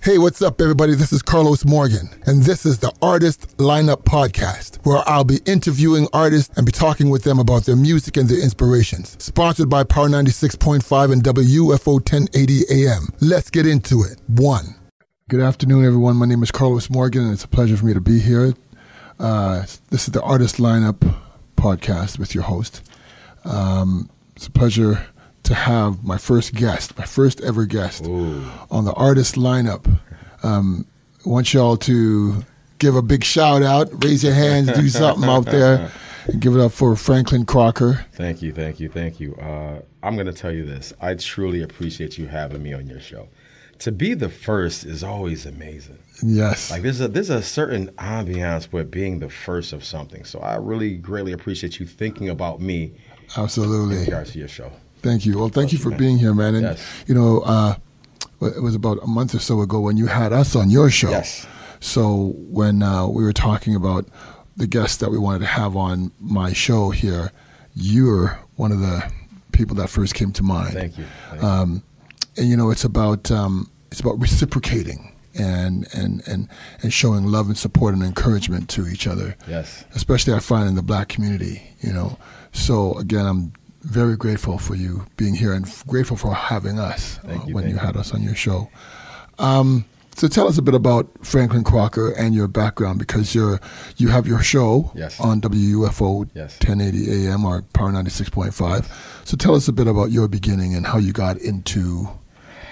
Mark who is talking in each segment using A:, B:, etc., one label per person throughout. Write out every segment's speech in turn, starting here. A: Hey, what's up, everybody? This is Carlos Morgan, and this is the Artist Lineup Podcast, where I'll be interviewing artists and be talking with them about their music and their inspirations. Sponsored by Power 96.5 and WFO 1080 AM. Let's get into it. One. Good afternoon, everyone. My name is Carlos Morgan, and it's a pleasure for me to be here. Uh, this is the Artist Lineup Podcast with your host. Um, it's a pleasure to have my first guest, my first ever guest on the artist lineup. Um, I want y'all to give a big shout out, raise your hands, do something out there, and give it up for Franklin Crocker.
B: Thank you, thank you, thank you. Uh, I'm going to tell you this. I truly appreciate you having me on your show. To be the first is always amazing.
A: Yes.
B: Like there's a there's a certain ambiance with being the first of something. So I really greatly appreciate you thinking about me in
A: Absolutely.
B: regards to your show.
A: Thank you. Well, thank you for being here, man. And,
B: Yes.
A: you know, uh, it was about a month or so ago when you had us on your show.
B: Yes.
A: So when uh, we were talking about the guests that we wanted to have on my show here, you're one of the people that first came to mind.
B: Thank you. Uh, Thank
A: and you know it's about um, it's about reciprocating and and and and showing love and support and encouragement to each other.
B: you. Yes.
A: Especially I find in the black community, you know. So again, I'm very grateful for you being here and f- grateful for having us uh,
B: Thank you,
A: when
B: thank
A: you had us on your show. Um, so tell us a bit about Franklin Crocker and your background because you're you have your show
B: Yes.
A: on WUFO
B: Yes.
A: 1080 AM or Power 96.5. So tell us a bit about your beginning and how you got into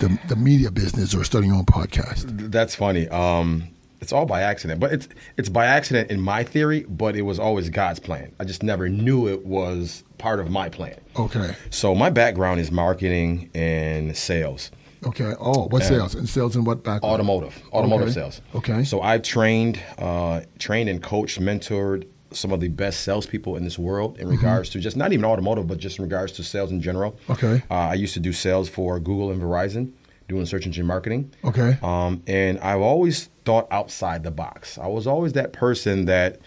A: the, the media business or starting your own podcast.
B: Th- That's funny. Um, it's all by accident, but it's it's by accident in my theory, but it was always God's plan. I just never knew it was part of my plan.
A: Okay.
B: So my background is marketing and sales.
A: Okay. Oh, what sales? And sales in what background?
B: automotive automotive
A: Okay.
B: sales
A: Okay.
B: so i've trained uh, trained and coached mentored some of the best salespeople in this world
A: Mm-hmm.
B: in regards to just not even automotive but just in regards to sales in general
A: Okay.
B: uh, i used to do sales for google and verizon doing search engine marketing
A: Okay.
B: um, and i've always thought outside the box i was always that person that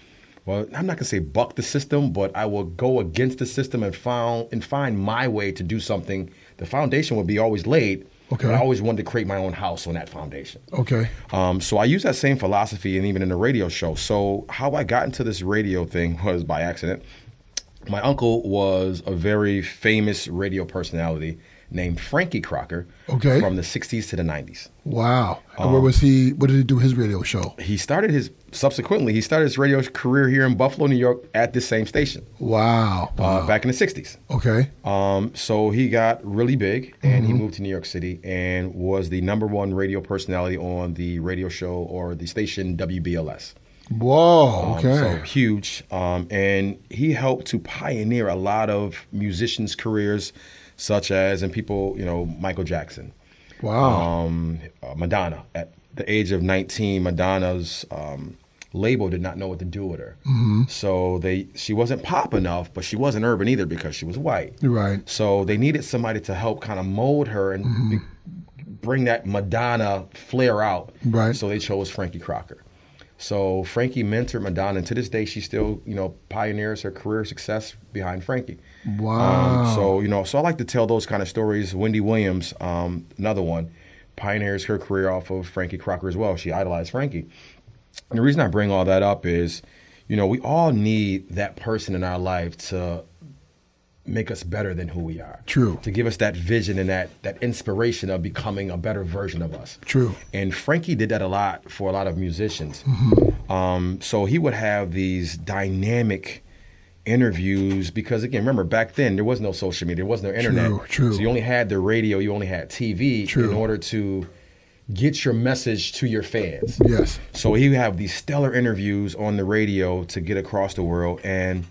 B: well i'm not going to say buck the system but i will go against the system and found and find my way to do something the foundation would be always laid
A: Okay.
B: but i always wanted to create my own house on that foundation
A: Okay.
B: um, so I use that same philosophy and even in the radio show. So how I got into this radio thing was by accident. My uncle was a very famous radio personality named Frankie Crocker
A: Okay.
B: from the 60s to the 90s.
A: Wow. and where was he? What did he do his radio show?
B: He started his subsequently he started his radio career here in Buffalo, New York at this same station
A: Wow.
B: uh, back in the 60s.
A: okay.
B: Um, so he got really big and
A: Mm-hmm.
B: he moved to New York City and was the number one radio personality on the radio show or the station WBLS.
A: Whoa.
B: Um,
A: Okay.
B: so huge. Um, and he helped to pioneer a lot of musicians' careers, such as, and people, you know, Michael Jackson,
A: wow.
B: um, uh, Madonna. At the age of 19, Madonna's um, label did not know what to do with her. So they, she wasn't pop enough, but she wasn't urban either because she was white.
A: You're right. Mm-hmm.
B: So they needed somebody to help kind of mold her and be- bring that Madonna flair out.
A: Right.
B: So they chose Frankie Crocker. So Frankie mentored Madonna, and to this day, she still, you know, pioneers her career success behind Frankie.
A: Wow.
B: Um, so you know, so I like to tell those kind of stories. Wendy Williams, um, another one, pioneers her career off of Frankie Crocker as well. She idolized Frankie. And the reason I bring all that up is, you know, we all need that person in our life to make us better than who we are.
A: True.
B: To give us that vision and that that inspiration of becoming a better version of us.
A: True.
B: And Frankie did that a lot for a lot of musicians.
A: Mm-hmm.
B: Um, so he would have these dynamic interviews because again, remember back then there was no social media, there was no internet.
A: True, true.
B: So you only had the radio, you only had TV
A: True.
B: in order to get your message to your fans.
A: Yes.
B: So he would have these stellar interviews on the radio to get across the world, and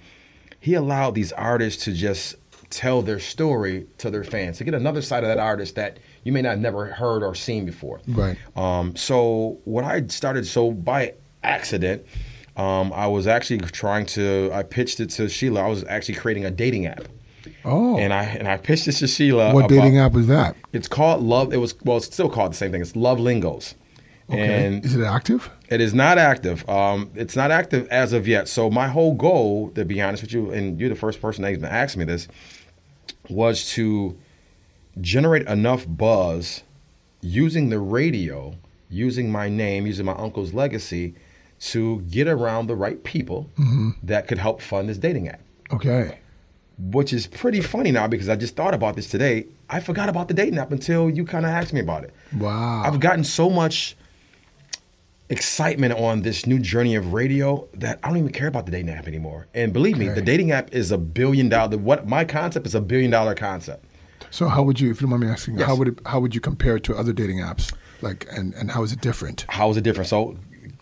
B: he allowed these artists to just tell their story to their fans to get another side of that artist that you may not have never heard or seen before.
A: Right.
B: Um, so what I started, so by accident, um, I was actually trying to. I pitched it to Sheila. I was actually creating a dating app,
A: Oh.
B: and I and I pitched it to Sheila.
A: what
B: about-
A: dating app was that?
B: It's called Love. It was well, it's still called the same thing. It's Love Lingos. And
A: Is it active?
B: it is not active. Um, it's not active as of yet. So my whole goal, to be honest with you, and you're the first person that even asked me this, was to generate enough buzz using the radio using my name, using my uncle's legacy to get around the right people that could help fund this dating app
A: Okay.
B: which is pretty funny now because I just thought about this today. I forgot about the dating app until you kind of asked me about it.
A: Wow.
B: I've gotten so much excitement on this new journey of radio that I don't even care about the dating app anymore. And believe me, the dating app is a billion dollar. What my concept is a billion dollar concept.
A: So how would you, if you don't mind me asking, how
B: Yes.
A: would it, how would you compare it to other dating apps? Like, and, and how is it different?
B: How is it different? So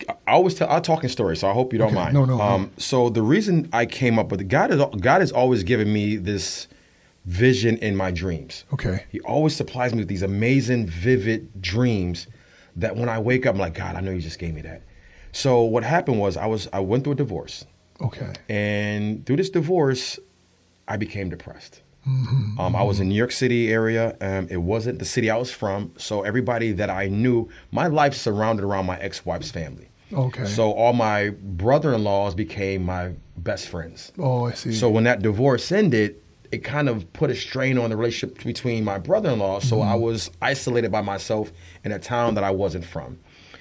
B: I always tell I talk in stories, so I hope you don't
A: Okay.
B: mind. Um,
A: No, no, no.
B: So the reason I came up with it, God is God has always given me this vision in my dreams.
A: Okay.
B: He always supplies me with these amazing, vivid dreams that when I wake up, I'm like, God, I know you just gave me that. So what happened was I was I went through a divorce,
A: Okay.
B: and through this divorce, I became depressed. Um, I was in New York City area. Um, it wasn't the city I was from, so everybody that I knew, my life surrounded around my ex-wife's family.
A: Okay.
B: So all my brother-in-laws became my best friends.
A: Oh, I see.
B: So when that divorce ended, it kind of put a strain on the relationship between my brother-in-law. So I was isolated by myself in a town that I wasn't from.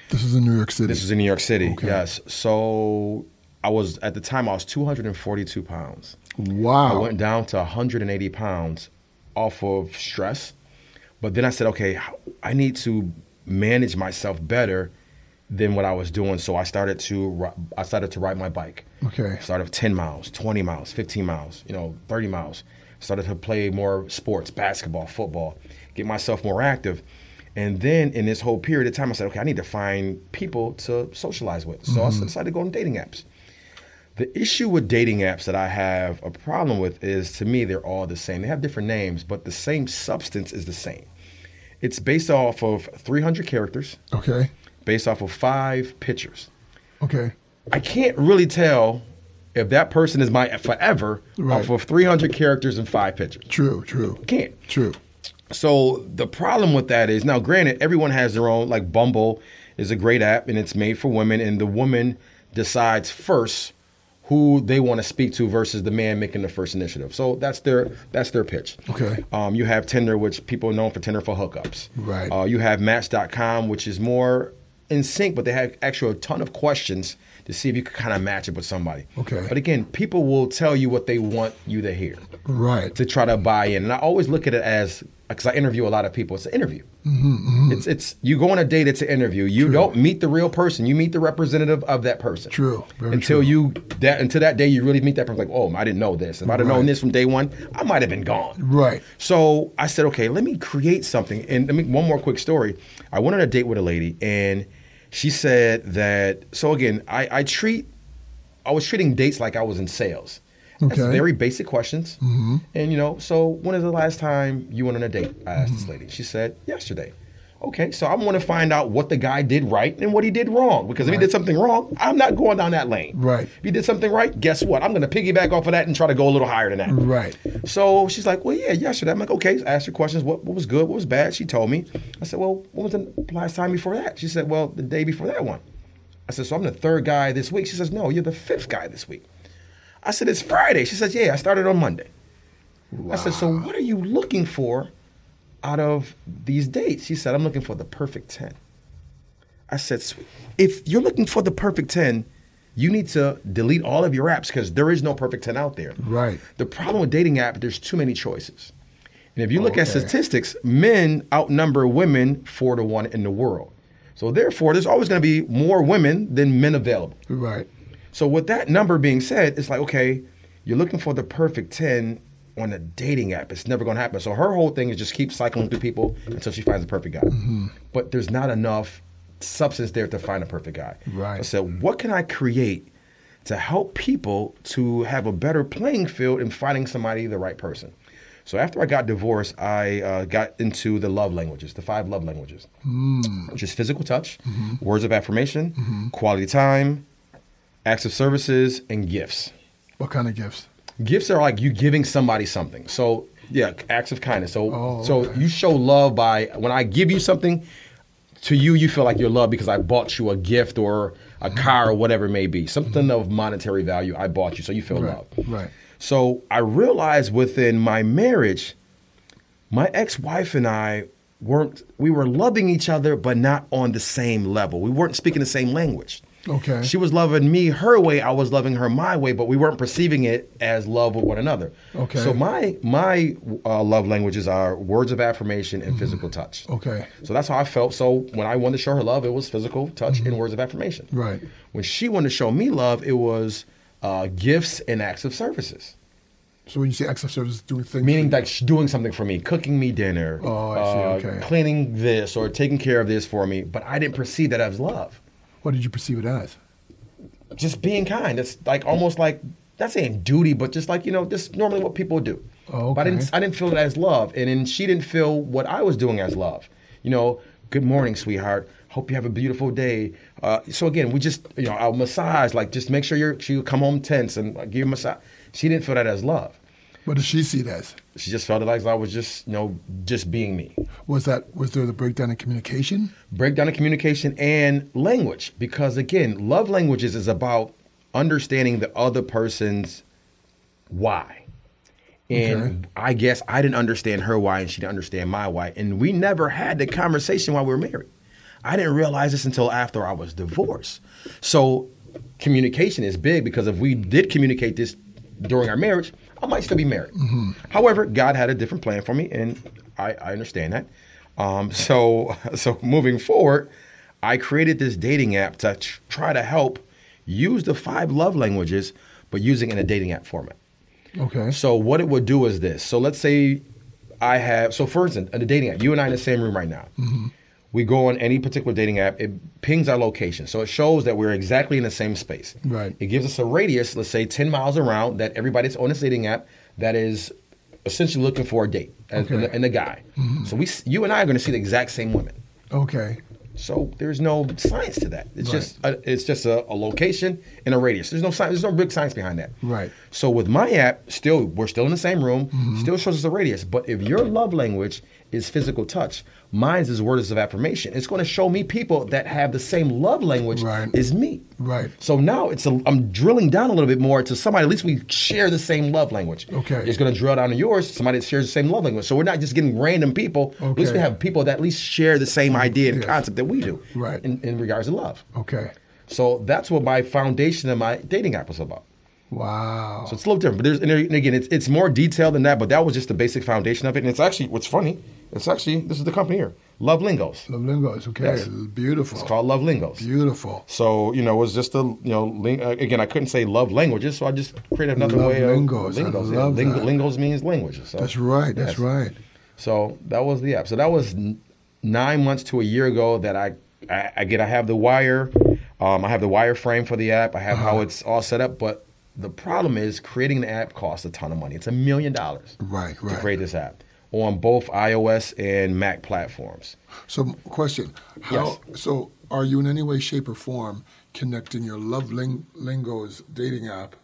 A: this is in New York City.
B: This was in New York City.
A: Okay.
B: Yes. So I was at the time I was 242 pounds. I
A: wow.
B: went down to 180 pounds off of stress. But then I said, okay, I need to manage myself better than what I was doing. So I started to ri- I started to ride my bike.
A: Okay.
B: Started with 10 miles, 20 miles, 15 miles, you know, 30 miles. Started to play more sports, basketball, football, get myself more active. And then in this whole period of time, I said, okay, I need to find people to socialize with. So I decided to go on dating apps. The issue with dating apps that I have a problem with is to me, they're all the same. They have different names, but the same substance is the same. It's based off of 300 characters,
A: okay.
B: based off of five pictures.
A: Okay.
B: I can't really tell if that person is my forever
A: Right.
B: off of 300 characters and five pictures.
A: True. True.
B: Can't.
A: True.
B: So the problem with that is now, granted, everyone has their own. Like Bumble is a great app, and it's made for women, and the woman decides first who they want to speak to versus the man making the first initiative. So that's their that's their pitch.
A: Okay.
B: Um, you have Tinder, which people are known for Tinder for hookups.
A: Right.
B: Uh, you have Match.com, which is more in sync, but they have actually a ton of questions to see if you can kind of match it with somebody.
A: Okay.
B: But again, people will tell you what they want you to hear
A: Right.
B: to try to buy in. And I always look at it as because I interview a lot of people. It's an interview.
A: Mm-hmm,
B: It's it's you go on a date. It's an interview. You don't meet the real person. You meet the representative of that person.
A: True. Very
B: until
A: true.
B: you that until that day you really meet that person. Like oh I didn't know this. If I'd have known this from day one, I might have been gone.
A: Right.
B: So I said, okay, let me create something. And let me one more quick story. I went on a date with a lady, and she said that. So again, I, I treat, I was treating dates like I was in sales. That's
A: Okay. Mm-hmm.
B: very basic questions. And you know, so when is the last time you went on a date? I asked
A: Mm-hmm.
B: this lady. She said yesterday. Okay, so I want to find out what the guy did right and what he did wrong. Because if he did something wrong, I'm not going down that lane.
A: Right.
B: If he did something right, guess what? I'm going to piggyback off of that and try to go a little higher than that.
A: Right.
B: So she's like, well, yeah, yesterday. I'm like, okay. I asked her questions. What, what was good? What was bad? She told me. I said, well, what was the last time before that? She said, well, the day before that one. I said, so I'm the third guy this week. She says, no, you're the fifth guy this week. I said, it's Friday. She says, yeah, I started on Monday. I said, so what are you looking for out of these dates? She said, I'm looking for the perfect 10. I said, sweet. If you're looking for the perfect 10, you need to delete all of your apps because there is no perfect 10 out there.
A: Right.
B: The problem with dating app, there's too many choices. And if you look at
A: Okay.
B: statistics, men outnumber women four to one in the world. So therefore, there's always going to be more women than men available.
A: Right.
B: So with that number being said, it's like okay, you're looking for the perfect ten on a dating app. It's never going to happen. So her whole thing is just keep cycling through people until she finds the perfect guy. But there's not enough substance there to find a perfect guy.
A: Right.
B: I said, what can I create to help people to have a better playing field in finding somebody the right person? So after I got divorced, I uh, got into the love languages, the five love languages, which is physical touch, words of affirmation, quality time, acts of services, and gifts.
A: What kind of gifts?
B: Gifts are like you giving somebody something. So yeah, acts of kindness. So
A: Oh,
B: so
A: okay.
B: you show love by when I give you something. To you, you feel like you're loved because I bought you a gift or a car or whatever it may be, something of monetary value. I bought you, so you feel
A: Mm-hmm. Right.
B: loved.
A: Right.
B: So I realized within my marriage, my ex-wife and I weren't we were loving each other, but not on the same level. We weren't speaking the same language.
A: Okay.
B: She was loving me her way, I was loving her my way, but we weren't perceiving it as love with one another.
A: Okay.
B: So my my uh, love languages are words of affirmation and physical touch.
A: Mm-hmm. Okay.
B: So that's how I felt. So when I wanted to show her love, it was physical touch and words of affirmation.
A: Mm-hmm. Right.
B: When she wanted to show me love, it was uh, gifts and acts of services.
A: So when you say acts of service, doing things.
B: Meaning, like sh- doing something for me, cooking me dinner, uh,
A: Oh, I see, okay.
B: cleaning this or taking care of this for me. But I didn't perceive that as love.
A: What did you perceive it as?
B: Just being kind. That's like almost like not saying duty, but just like you know, just normally what people do.
A: Oh,
B: But I
A: okay.
B: didn't. I didn't feel it as love, and then she didn't feel what I was doing as love. You know, good morning, sweetheart. Hope you have a beautiful day. Uh, so again, we just you know, I'll massage. Like just make sure you're. She would come home tense and like, give you a massage. She didn't feel that as love.
A: What did she see it as?
B: She just felt it like I was just, you know, just being me.
A: Was that was there the breakdown in communication?
B: Breakdown of communication and language, because again, love languages is about understanding the other person's why. And
A: Okay.
B: I guess I didn't understand her why and she didn't understand my why. And we never had the conversation while we were married. I didn't realize this until after I was divorced. So communication is big because if we did communicate this during our marriage, I might still be married. However, God had a different plan for me, and I, I understand that. Um, so, so moving forward, I created this dating app to tr- try to help use the five love languages, but using it in a dating app format.
A: Okay.
B: So what it would do is this. So let's say I have so for instance, the dating app. You and I in the same room right now.
A: Mm-hmm.
B: We go on any particular dating app. It pings our location, so it shows that we're exactly in the same space.
A: Right.
B: It gives us a radius, let's say ten miles around, that everybody that's on this dating app that is essentially looking for a date and,
A: Okay. Mm-hmm.
B: and, the, and the guy. So we, s- you and I are going to see the exact same women.
A: Okay.
B: So there's no science to that. It's
A: Right.
B: just a, it's just a, a location and a radius. There's no science. There's no big science behind that.
A: Right. Mm-hmm.
B: So with my app, still we're still in the same room. Still shows us a radius. But if your love language is physical touch, mine's is words of affirmation. It's going to show me people that have the same love language
A: Right.
B: as me.
A: Right.
B: So now it's a, I'm drilling down a little bit more to somebody. At least we share the same love language.
A: Okay.
B: It's going to drill down to yours. Somebody that shares the same love language. So we're not just getting random people. At least
A: Okay.
B: we have people that at least share the same idea and
A: Yes.
B: concept that we do
A: Right.
B: in, in regards to love.
A: Okay.
B: So that's what my foundation of my dating app was about.
A: Wow.
B: So it's a little different, but there's and there- and again, it's it's more detailed than that. But that was just the basic foundation of it. And it's actually what's funny. It's actually this is the company here, Love Lingos.
A: Love lingos. Okay.
B: Yes.
A: Beautiful.
B: It's called Love Lingos.
A: Beautiful.
B: So you know, it's just a you know, ling- uh, again, I couldn't say love languages, so I just created another
A: Love
B: way of
A: lingos. I
B: Lingos, yeah.
A: love
B: Ling-
A: that.
B: lingos means languages. So.
A: That's right. That's
B: Yes.
A: right.
B: So that was the app. So that was n- nine months to a year ago that I, I again I have the wire, um, I have the wireframe for the app. I have
A: Uh-huh.
B: how it's all set up, but the problem is creating an app costs a ton of money. It's a million dollars
A: Right.
B: to
A: Right.
B: create this app on both iOS and Mac platforms.
A: So, question: How so? Are you in any way, shape, or form connecting your Love Ling- Lingo's dating app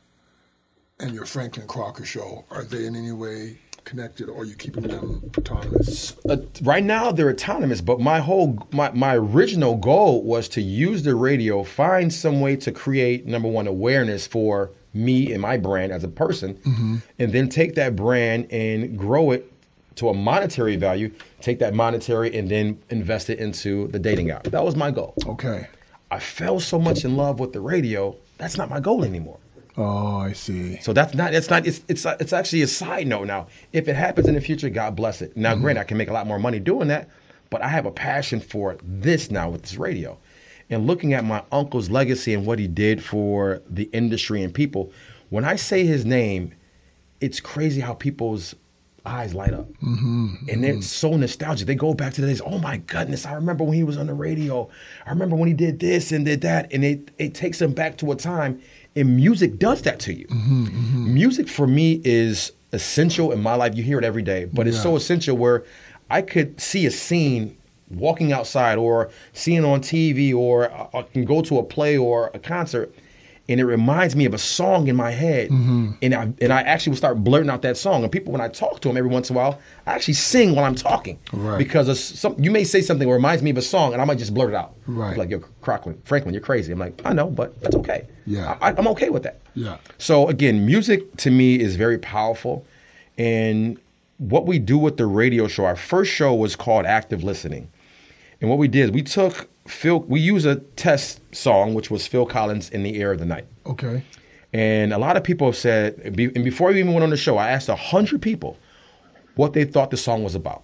A: and your Franklin Crocker show? Are they in any way connected, or are you keeping them autonomous?
B: uh, right now they're autonomous but my whole my, my original goal was to use the radio find some way to create number one awareness for me and my brand as a person and then take that brand and grow it to a monetary value take that monetary and then invest it into the dating app that was my goal
A: Okay.
B: i fell so much in love with the radio that's not my goal anymore
A: Oh, I see.
B: so that's not that's not it's it's it's actually a side note now. If it happens in the future, God bless it. Now, granted, I can make a lot more money doing that, but I have a passion for this now with this radio, and looking at my uncle's legacy and what he did for the industry and people. When I say his name, it's crazy how people's eyes light up and they're so nostalgic they go back to the days oh my goodness i remember when he was on the radio i remember when he did this and did that and it, it takes them back to a time and music does that to you music for me is essential in my life you hear it every day but it's so
A: Yeah.
B: essential where i could see a scene walking outside or seeing on tv or I- i can go to a play or a concert and it reminds me of a song in my head.
A: Mm-hmm.
B: And I and I actually will start blurting out that song. And people, when I talk to them every once in a while, I actually sing while I'm talking
A: Right.
B: because of some, you may say something that reminds me of a song, and I might just blurt it out.
A: Right.
B: Like yo, Crocklin, Franklin, you're crazy. I'm like, I know, but that's okay.
A: Yeah.
B: I, I'm okay with that.
A: Yeah.
B: So again, music to me is very powerful, and what we do with the radio show, our first show was called Active Listening. And what we did is we took Phil, we used a test song, which was Phil Collins in the air of the night.
A: Okay.
B: And a lot of people have said, be- and before we even went on the show, I asked 100 people what they thought the song was about.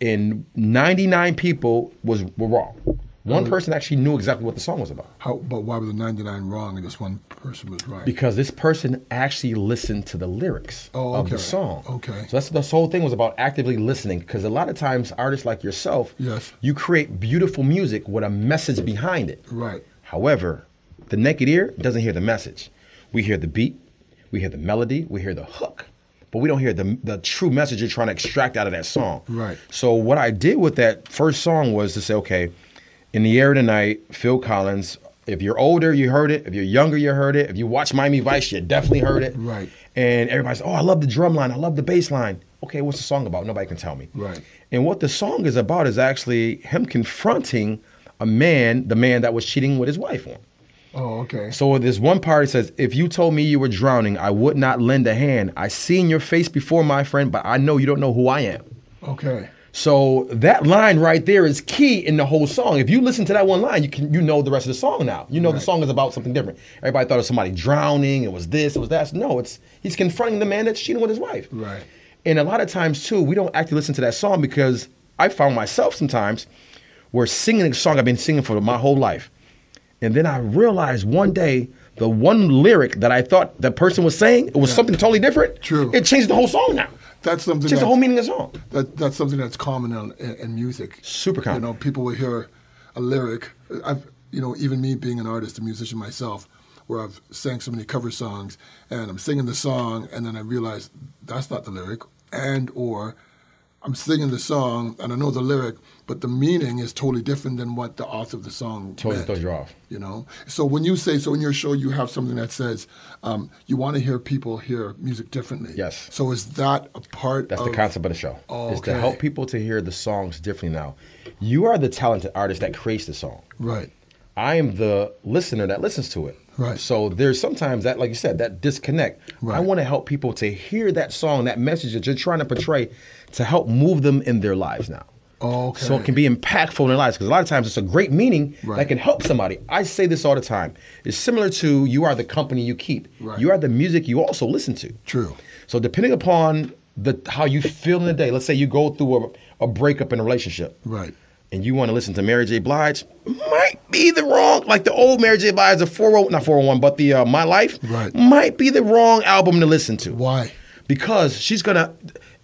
B: And 99 people was were wrong. One person actually knew exactly what the song was about
A: How, but why were the 99 wrong and this one person was right?
B: because this person actually listened to the lyrics
A: Oh,
B: of the
A: okay.
B: song.
A: Okay.
B: So that's this whole thing was about actively listening because a lot of times artists like yourself,
A: Yes.
B: you create beautiful music with a message behind it.
A: right.
B: However, the naked ear doesn't hear the message. We hear the beat, we hear the melody, we hear the hook, but we don't hear the, the true message you're trying to extract out of that song.
A: Right.
B: So, what I did with that first song was to say, okay, in the air tonight, Phil Collins, if you're older, you heard it. If you're younger, you heard it. If you watch Miami Vice, you definitely heard it.
A: Right.
B: And everybody's, oh, I love the drum line, I love the bass line. Okay, what's the song about? Nobody can tell me.
A: Right.
B: And what the song is about is actually him confronting a man, the man that was cheating with his wife on. him.
A: Oh, okay.
B: So there's one part that says, If you told me you were drowning, I would not lend a hand. I seen your face before, my friend, but I know you don't know who I am.
A: Okay.
B: So that line right there is key in the whole song. If you listen to that one line, you can you know the rest of the song now. You know the
A: Right.
B: song is about something different. Everybody thought it was somebody drowning, it was this, it was that. No, it's he's confronting the man that's cheating with his wife.
A: Right.
B: And a lot of times too, we don't actually listen to that song because I found myself sometimes where singing a song I've been singing for my whole life. And then I realized one day the one lyric that I thought the person was saying it was something totally different.
A: True.
B: It changed the whole song now.
A: That's something
B: Changed
A: that's,
B: the whole meaning of the song.
A: that, that's something that's common in, in, in music.
B: Super common.
A: You know, people will hear a lyric. I've, you know, even me being an artist, a musician myself, where I've sang so many cover songs, and I'm singing the song, and then I realize that's not the lyric, and or I'm singing the song, and I know the lyric, but the meaning is totally different than what the author of the song
B: Totally
A: meant,
B: throws you off.
A: You know, so when you say so in your show, you have something that says um, you want to hear people hear music differently.
B: Yes.
A: So is that a part?
B: That's
A: of,
B: the concept of the show.
A: Oh,
B: Is to
A: okay.
B: help people to hear the songs differently now. You are the talented artist that creates the song.
A: Right.
B: I am the listener that listens to it.
A: Right.
B: So there's sometimes that, like you said, that disconnect. I
A: Right.
B: want to help people to hear that song, that message that you're trying to portray, to help move them in their lives now.
A: Okay.
B: So it can be impactful in their lives because a lot of times it's a great meaning that
A: Right.
B: can help somebody. I say this all the time. It's similar to you are the company you keep.
A: Right.
B: You are the music you also listen to.
A: True.
B: So depending upon the how you feel in the day, let's say you go through a, a breakup in a relationship,
A: Right.
B: and you want to listen to Mary J. Blige, might be the wrong like the old Mary J. Blige, the four hundred not four hundred one, but the uh, My Life,
A: Right.
B: might be the wrong album to listen to.
A: Why?
B: Because she's gonna,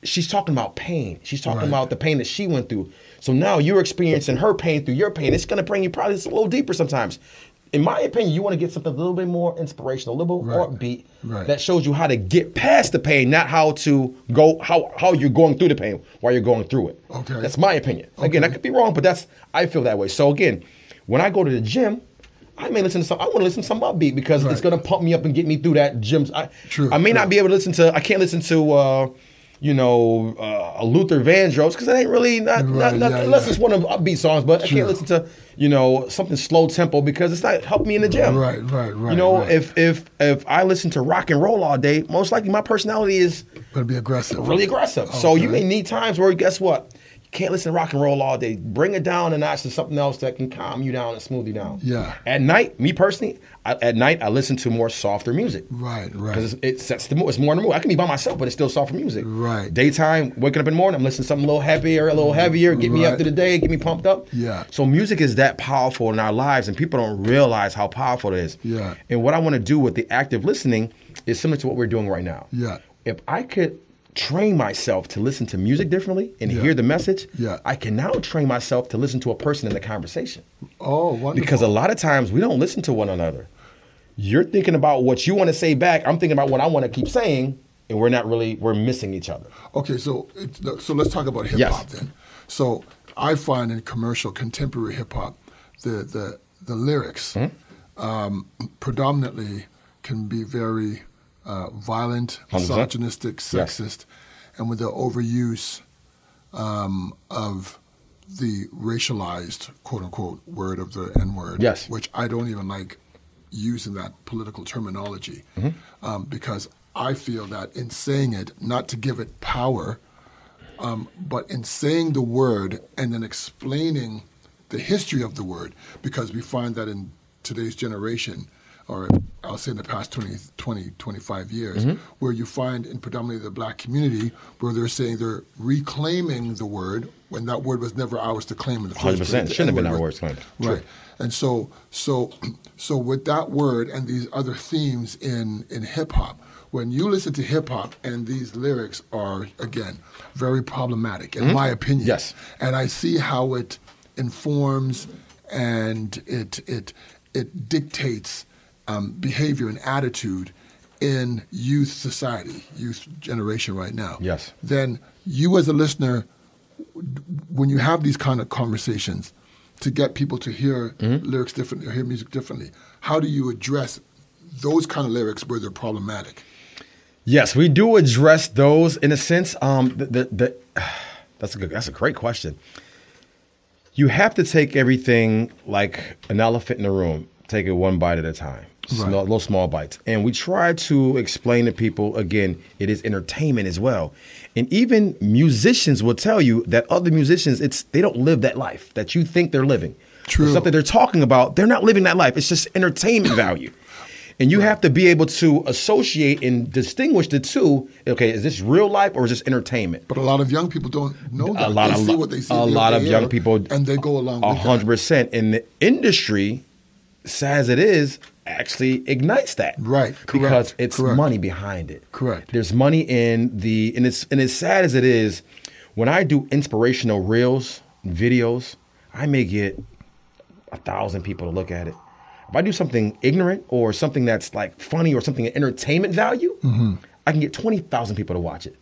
B: she's talking about pain. She's talking
A: Right.
B: about the pain that she went through. So now you're experiencing her pain through your pain. It's gonna bring you probably just a little deeper sometimes. In my opinion, you want to get something a little bit more inspirational, a little more
A: Right.
B: upbeat
A: Right.
B: that shows you how to get past the pain, not how to go how how you're going through the pain while you're going through it.
A: Okay.
B: that's my opinion. Again, I could be wrong, but that's I feel that way. So again, when I go to the gym. I may listen to some. I want to listen to some upbeat because it's
A: Right.
B: gonna pump me up and get me through that gym. I,
A: True,
B: I may not
A: true.
B: be able to listen to. I can't listen to, uh, you know, uh, a Luther Vandross because it ain't really not, not,
A: Right,
B: not
A: yeah,
B: unless
A: yeah.
B: it's one of the upbeat songs. But I
A: True.
B: can't listen to you know something slow tempo because it's not helping me in the gym.
A: Right, right, right,
B: You know,
A: right.
B: if if if I listen to rock and roll all day, most likely my personality is
A: Gotta be aggressive.
B: really aggressive. So you
A: Okay.
B: may need times where guess what. You Can't listen to rock and roll all day. Bring it down a notch to something else that can calm you down and smooth you down.
A: Yeah.
B: At night, me personally, I, at night I listen to more softer music.
A: Right,
B: Because
A: right.
B: it's- it sets the mood. It's more in the mood. I can be by myself, but it's still soft music.
A: Right.
B: Daytime, waking up in the morning, I'm listening to something a little happier, a little heavier, get me up
A: Right.
B: to the day, get me pumped up.
A: Yeah.
B: So music is that powerful in our lives, and people don't realize how powerful it is.
A: Yeah.
B: And what I want to do with the active listening is similar to what we're doing right now.
A: Yeah.
B: If I could train myself to listen to music differently and
A: Yeah.
B: hear the message,
A: Yeah.
B: I can now train myself to listen to a person in the conversation.
A: Oh, wonderful.
B: Because a lot of times we don't listen to one another. You're thinking about what you want to say back. I'm thinking about what I want to keep saying, and we're not really we're missing each other.
A: okay, so it's, look, so let's talk about hip
B: Yes.
A: hop then. So I find in commercial contemporary hip hop, the the the lyrics
B: Hmm?
A: um, predominantly can be very uh, violent,
B: 100%.
A: misogynistic, sexist, and with the overuse um, of the racialized quote unquote word of the N word.
B: Yes.
A: Which I don't even like using that political terminology um, because I feel that in saying it, not to give it power, Um, but in saying the word and then explaining the history of the word, because we find that in today's generation, or I'll say in the past 20, 20 25 years,
B: Mm-hmm.
A: where you find in predominantly the black community where they're saying they're reclaiming the word when that word was never ours to claim in the first
B: 100%.
A: place.
B: It shouldn't have
A: N-word
B: been our
A: was-
B: worst claim. True.
A: Right. And so so so with that word and these other themes in in hip hop, when you listen to hip hop and these lyrics are again very problematic in my opinion.
B: Yes.
A: And I see how it informs and it it it dictates um, behavior and attitude in youth society, youth generation right now.
B: Yes.
A: Then you as a listener when you have these kind of conversations to get people to hear
B: Mm-hmm.
A: lyrics differently or hear music differently, how do you address those kind of lyrics where they're problematic?
B: Yes, we do address those in a sense. Um, the, the, the that's a good, that's a great question. You have to take everything like an elephant in the room. Take it one bite at a time,
A: Right.
B: small, little small bites, and we try to explain to people. Again, it is entertainment as well, and even musicians will tell you that other musicians, it's they don't live that life that you think they're living.
A: True.
B: Something they're talking about, they're not living that life. It's just entertainment value. And you have to be able to associate and distinguish the two. Okay, is this real life or is this entertainment?
A: But a lot of young people don't know that.
B: A lot
A: they
B: of
A: see what they see.
B: a
A: they
B: lot
A: they
B: of
A: hear,
B: young people
A: and they go along
B: A
A: with
B: hundred
A: that.
B: percent. And the industry, sad as it is, actually ignites that.
A: Right,
B: Because
A: correct,
B: it's
A: correct.
B: money behind it.
A: Correct.
B: There's money in the and it's and as sad as it is, when I do inspirational reels, videos, I may get a thousand people to look at it. If I do something ignorant or something that's like funny or something entertainment value, I can get twenty thousand people to watch it.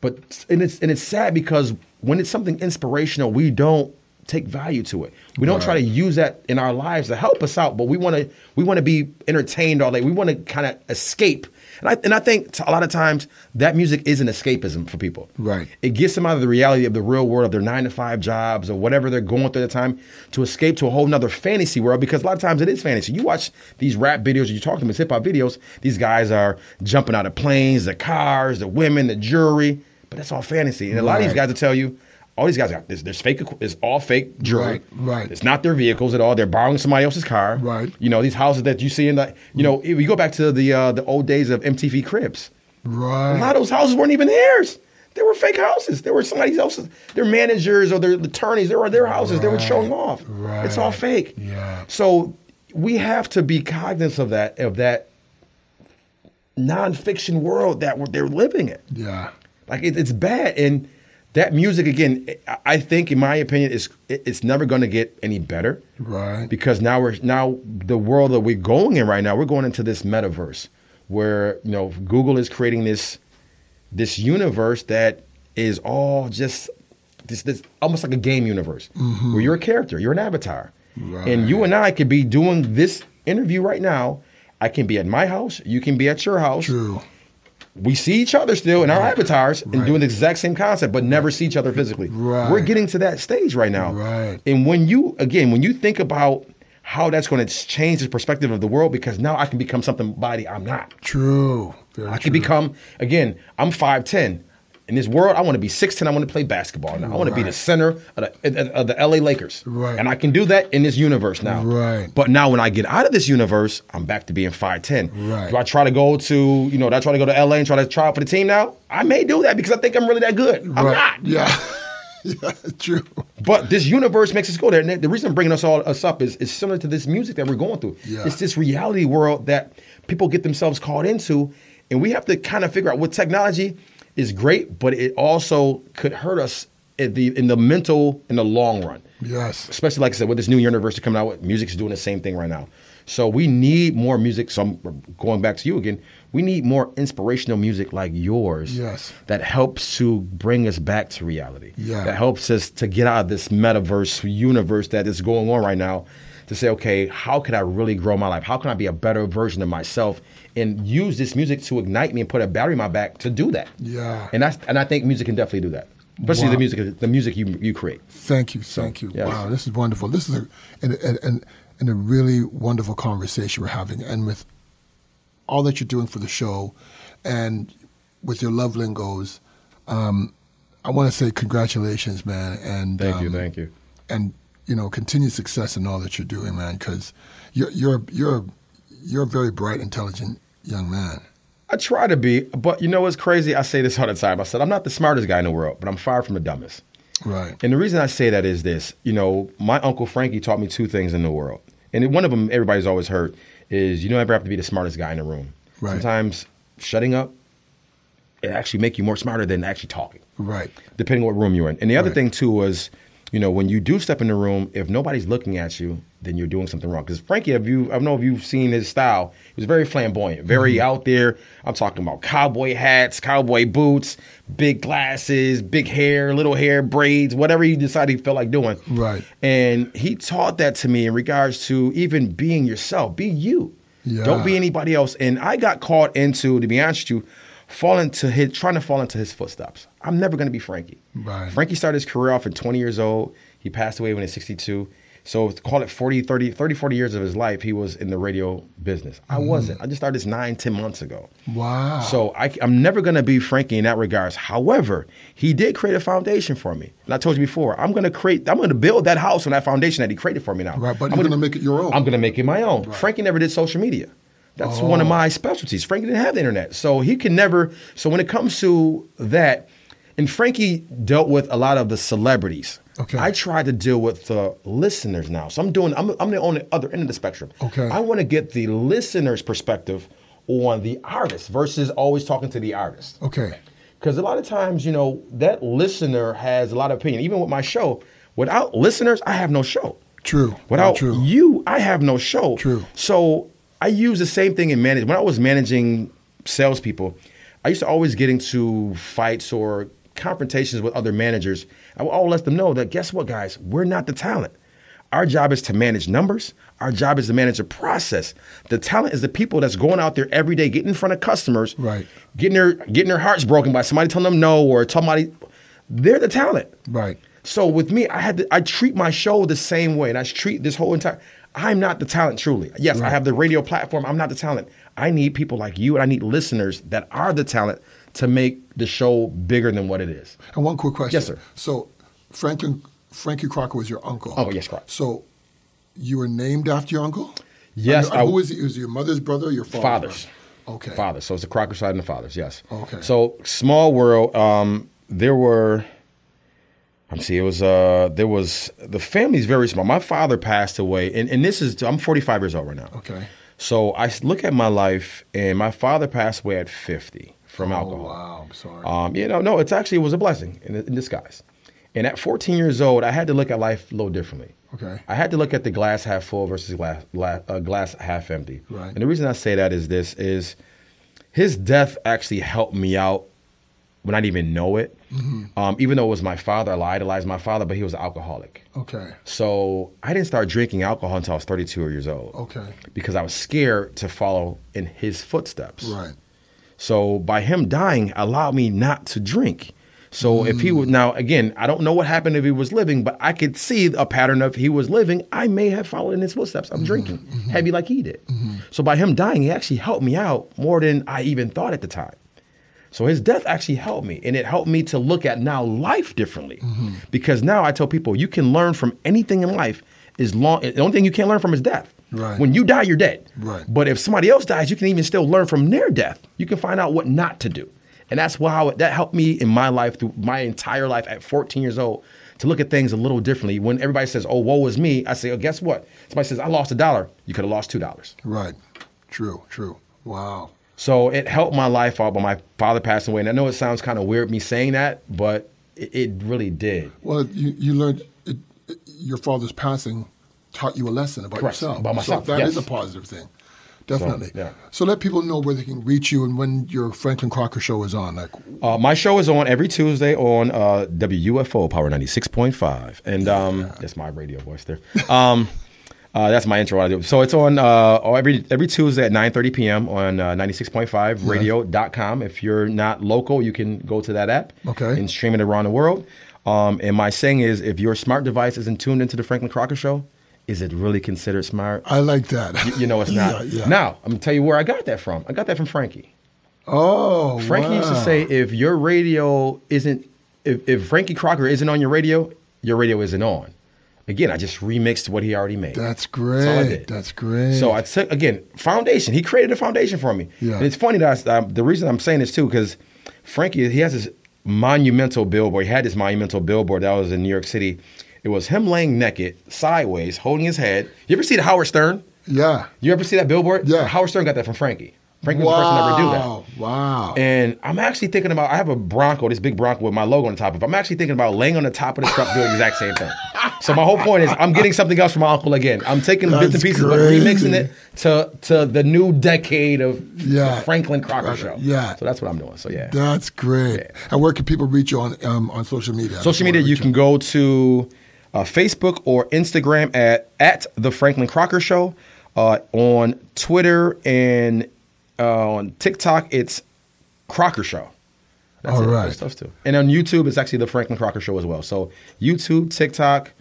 B: But and it's and it's sad because when it's something inspirational, we don't take value to it. We don't try to use that in our lives to help us out, but we want to we want to be entertained all day. We want to kind of escape. And I and I think t- a lot of times that music is an escapism for people.
A: Right.
B: It gets them out of the reality of the real world of their nine to five jobs or whatever they're going through at the time to escape to a whole nother fantasy world because a lot of times it is fantasy. You watch these rap videos, you talk to them as hip hop videos, these guys are jumping out of planes, the cars, the women, the jewelry, but that's all fantasy. And a lot of these
A: Right.
B: guys will tell you, all these guys are there's, there's fake equi- it's all fake jewelry.
A: Right, right.
B: It's not their vehicles at all. They're borrowing somebody else's car.
A: Right.
B: You know, these houses that you see in the you know, if you go back to the uh, the old days of MTV Cribs. A lot
A: Right.
B: of those houses weren't even theirs. They were fake houses. They were somebody else's. Their managers or their attorneys. They were their houses. They were showing off. It's all
A: right.
B: fake.
A: Yeah.
B: So we have to be cognizant of that of that nonfiction world that we're, they're living in.
A: Yeah.
B: Like it, it's bad, and that music again. I- I think, in my opinion, is it- it's never going to get any better.
A: Right.
B: Because now we're now the world that we're going in right now. We're going into this metaverse where you know Google is creating this this universe that is all just this this almost like a game universe
A: Mm-hmm.
B: where you're a character, you're an avatar, and you and I could be doing this interview right now. I can be at my house. You can be at your house
A: True.
B: we see each other still in our avatars and doing the exact same concept, but never see each other physically.
A: Right.
B: We're getting to that stage right now.
A: Right.
B: And when you again, when you think about how that's going to change the perspective of the world, because now I can become something body I'm not.
A: True. Very
B: I
A: true.
B: can become again. I'm five ten. In this world, I want to be six ten. I want to play basketball now. I want to be the center of the, of the LA Lakers.
A: Right.
B: And I can do that in this universe now.
A: Right.
B: But now when I get out of this universe, I'm back to being five ten.
A: Right.
B: Do I try to go to you know? Do I try to go to LA and try to try out for the team now? I may do that because I think I'm really that good. I'm
A: Right.
B: not.
A: Yeah. yeah. True.
B: But this universe makes us go there. And the reason I'm bringing us all us up is, is similar to this music that we're going through.
A: Yeah.
B: It's this reality world that people get themselves caught into, and we have to kind of figure out what technology is great, but it also could hurt us in the in the mental in the long run.
A: Yes.
B: Especially like I said, with this new universe coming out, with music's doing the same thing right now. So we need more music. So I'm going back to you again. We need more inspirational music like yours
A: Yes.
B: that helps to bring us back to reality.
A: Yeah.
B: That helps us to get out of this metaverse universe that is going on right now to say, okay, how can I really grow my life? How can I be a better version of myself and use this music to ignite me and put a battery in my back to do that?
A: Yeah.
B: And that's and I think music can definitely do that. Especially the music the music you you create.
A: Thank you, thank you.
B: yes.
A: Wow, this is wonderful. This is a and, and and and a really wonderful conversation we're having, and with all that you're doing for the show, and with your love lingos, um, I want to say congratulations, man. And
B: Thank you,
A: um,
B: thank you.
A: and you know continued success in all that you're doing, man. Because you're you're you're you're a very bright, intelligent young man.
B: I try to be, but you know what's crazy? I say this all the time. I said I'm not the smartest guy in the world, but I'm far from the dumbest.
A: Right.
B: And the reason I say that is this: you know, my uncle Frankie taught me two things in the world, and one of them everybody's always heard is you don't ever have to be the smartest guy in the room.
A: Right.
B: Sometimes shutting up it actually make you more smarter than actually talking,
A: Right.
B: depending what room you're in. And the other
A: Right.
B: thing too was, you know, when you do step in the room, if nobody's looking at you, then you're doing something wrong. Because Frankie, have you? I don't know if you've seen his style. He was very flamboyant, very
A: Mm-hmm.
B: out there. I'm talking about cowboy hats, cowboy boots, big glasses, big hair, little hair, braids, whatever he decided he felt like doing.
A: Right.
B: And he taught that to me in regards to even being yourself. Be you.
A: Yeah.
B: Don't be anybody else. And I got caught into, to be honest with you, falling to his trying to fall into his footsteps. I'm never gonna be Frankie.
A: Right.
B: Frankie started his career off at 20 years old. He passed away when he was 62. So call it 40, 30, 30, 40 years of his life, he was in the radio business. I wasn't. I just started this nine, 10 months ago.
A: Mm-hmm. Wow.
B: So I, am never going to be Frankie in that regards. However, he did create a foundation for me. And I told you before, I'm going to create, I'm going to build that house on that foundation that he created for me now.
A: Right, but
B: I'm
A: you're
B: gonna-
A: gonna make it your own.
B: I'm going to make it my own. Frankie never did social media. That's one
A: Oh.
B: of my specialties. Frankie didn't have the internet. So he can never, so when it comes to that, and Frankie dealt with a lot of the celebrities.
A: Okay.
B: I tried to deal with the listeners now. So I'm doing, I'm, I'm on the other end of the spectrum.
A: Okay.
B: I want to get the listener's perspective on the artist versus always talking to the artist.
A: okay.
B: Because a lot of times, you know, that listener has a lot of opinion. Even with my show, without listeners, I have no show.
A: True.
B: Without
A: True.
B: you, I have no show.
A: True.
B: So I use the same thing in manage. When I was managing salespeople, I used to always get into fights or confrontations with other managers. I would always let them know that guess what, guys, we're not the talent. Our job is to manage numbers. Our job is to manage a process. The talent is the people that's going out there every day, getting in front of customers,
A: Right.
B: Getting their getting their hearts broken by somebody telling them no or somebody. They're the talent.
A: Right.
B: So with me, I had to, I treat my show the same way, and I treat this whole entire. I'm not the talent, truly. Yes, I have the radio platform. I'm not the talent. I need people like you, and I need listeners that are the talent to make the show bigger than what it is.
A: And one quick question.
B: Yes, sir.
A: So, Franklin Frankie Crocker was your uncle.
B: Oh, yes, correct.
A: So, you were named after your uncle.
B: Yes,
A: And, and
B: I-
A: who is he? Is he your mother's brother or your father's?
B: Fathers.
A: brother? Okay.
B: Fathers. So it's the Crocker side and the fathers. Yes.
A: Okay.
B: So small world. Um, there were. I'm see. It was. Uh, there was the family's very small. My father passed away, and and this is. I'm 45 years old right now.
A: Okay.
B: So I s- look at my life, and my father passed away at 50 from alcohol.
A: Oh, Wow. I'm sorry.
B: Um, you know, no, it's actually it was a blessing in, in disguise. And at 14 years old, I had to look at life a little differently.
A: Okay.
B: I had to look at the glass half full versus glass, la- uh, glass half empty.
A: Right.
B: And the reason I say that is this: is his death actually helped me out when I didn't even know it.
A: Mm-hmm.
B: Um, even though it was my father, I idolized my father, but he was an alcoholic.
A: okay.
B: So I didn't start drinking alcohol until I was 32 years old.
A: Okay.
B: Because I was scared to follow in his footsteps.
A: Right.
B: So by him dying allowed me not to drink. So if he
A: Mm.
B: would now again, I don't know what happened if he was living, but I could see a pattern of he was living. I may have followed in his footsteps.
A: Mm-hmm.
B: I'm drinking heavy like he did. So by him dying, he actually helped me out more than I even thought at the time. So his death actually helped me, and it helped me to look at now life differently.
A: Mm-hmm.
B: Because now I tell people you can learn from anything in life as long. The only thing you can't learn from is death.
A: Right.
B: When you die, you're dead.
A: Right.
B: But if somebody else dies, you can even still learn from their death. You can find out what not to do, and that's why that helped me in my life through my entire life at 14 years old to look at things a little differently. When everybody says, "Oh, woe is me," I say, "Oh, guess what?" Somebody says, "I lost a dollar." You could have lost two dollars.
A: Right. True. True. Wow.
B: So it helped my life out by my father passing away. And I know it sounds kind of weird me saying that, but it, it really did.
A: Well, you, you learned it, it- your father's passing taught you a lesson about
B: Correct.
A: yourself.
B: About myself,
A: So that is
B: yes.
A: a positive thing. Definitely.
B: yeah.
A: So let people know where they can reach you and when your Franklin Crocker show is on. Like,
B: Uh, my show is on every Tuesday on uh, WUFO Power 96.5. And um, that's my radio voice there. Um, uh, that's my intro. I do. So it's on uh, every every Tuesday at 9.30 p.m. on uh, 96.5 radio.com. If you're not local, you can go to that app
A: Okay.
B: and stream it around the world. Um, and my saying is, if your smart device isn't tuned into the Franklin Crocker Show, is it really considered smart?
A: I like that.
B: You know it's not.
A: Yeah, yeah.
B: Now, I'm gonna tell you where I got that from. I got that from Frankie.
A: oh,
B: Frankie used to
A: wow.
B: say if your radio isn't if, if Frankie Crocker isn't on your radio, your radio isn't on. Again, I just remixed what he already made.
A: That's
B: That's all I
A: great.
B: did.
A: That's great.
B: So I took again foundation. He created a foundation for me.
A: Yeah.
B: And it's funny that I, I- the reason I'm saying this too because Frankie he has this monumental billboard. He had this monumental billboard that was in New York City. It was him laying naked, sideways, holding his head. You ever see the Howard Stern?
A: yeah.
B: You ever see that billboard?
A: Yeah.
B: Howard Stern got that from Frankie. Frankie was the first to ever do that.
A: Wow. Wow.
B: And I'm actually thinking about I have a Bronco, this big Bronco with my logo on the top of it. I'm actually thinking about laying on the top of the truck doing the exact same thing. So my whole point is I'm getting something else from my uncle again. I'm taking bits and
A: That's
B: pieces,
A: crazy.
B: but remixing it to to the new decade of
A: Yeah.
B: the Franklin Crocker show.
A: Yeah.
B: So that's what I'm doing. So yeah.
A: That's great. And where can people reach you on um, on social media?
B: Social media, you can go to uh, Facebook or Instagram at at the Franklin Crocker Show. Uh, on Twitter and uh, on TikTok, it's Crocker Show. That's
A: All
B: it.
A: right.
B: Good stuff too. And on YouTube, it's actually the Franklin Crocker Show as well. So YouTube, TikTok,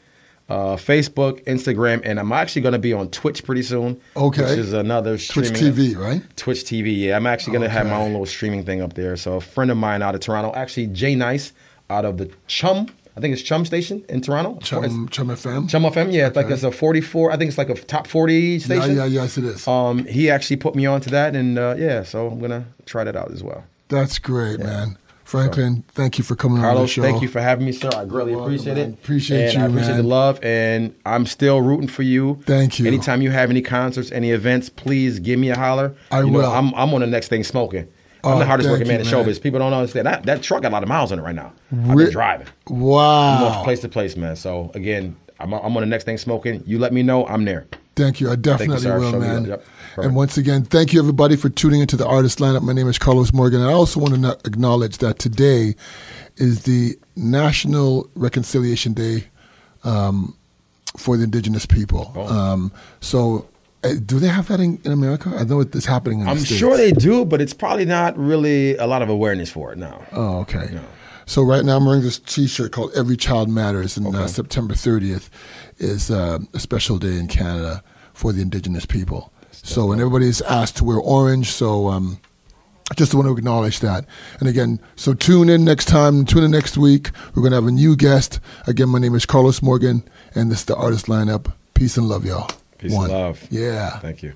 B: uh, Facebook, Instagram, and I'm actually going to be on Twitch pretty soon.
A: Okay.
B: Which is another
A: Twitch
B: streaming-
A: TV, right?
B: Twitch TV. Yeah, I'm actually gonna have my
A: Okay.
B: own little streaming thing up there. So a friend of mine out of Toronto, actually Jay Nice out of the Chum, I think it's Chum Station in Toronto. It's
A: Chum, Chum FM.
B: Chum FM. Yeah, it's like it's a 44. I think it's like a top 40
A: yeah,
B: station.
A: yeah, yes, it is.
B: Um, he actually put me onto that, and uh, yeah, so I'm gonna try that out as well.
A: That's great, man. Franklin, thank you for coming on the
B: Carlos,
A: show.
B: thank you for having me, sir. I greatly
A: You're welcome,
B: appreciate
A: man.
B: it.
A: Appreciate
B: and
A: you,
B: I appreciate
A: man.
B: the love, and I'm still rooting for you.
A: Thank you.
B: Anytime you have any concerts, any events, please give me a holler.
A: I
B: you
A: will.
B: Know, I'm, I'm on the next thing smoking.
A: Oh,
B: I'm the hardest
A: thank
B: working man
A: you,
B: in
A: man.
B: showbiz. People don't understand that that truck got a lot of miles on it right now. I've
A: Re-
B: been driving going
A: Wow.
B: from place to place, man. So again, I'm, I'm on the next thing smoking. You let me know, I'm there.
A: Thank you. I definitely
B: sir.
A: will,
B: Show me
A: man.
B: that. Yep. Perfect.
A: And once again, thank you everybody for tuning into the artist lineup. My name is Carlos Morgan. And I also want to no- acknowledge that today is the National Reconciliation Day um, for the indigenous people.
B: Oh.
A: Um, so, uh, do they have that in, in America? I know it's happening in
B: I'm
A: the States.
B: sure they do, but it's probably not really a lot of awareness for it now.
A: Oh, okay. So right now I'm wearing this T-shirt called "Every Child Matters," and uh, September 30th is uh, a special day in Canada for the Indigenous people. So, and everybody is asked to wear orange. So, um, I just want to acknowledge that. And again, so tune in next time. Tune in next week. We're going to have a new guest. Again, my name is Carlos Morgan, and this is the artist lineup. Peace and love, y'all.
B: Peace and love.
A: Yeah.
B: Thank you.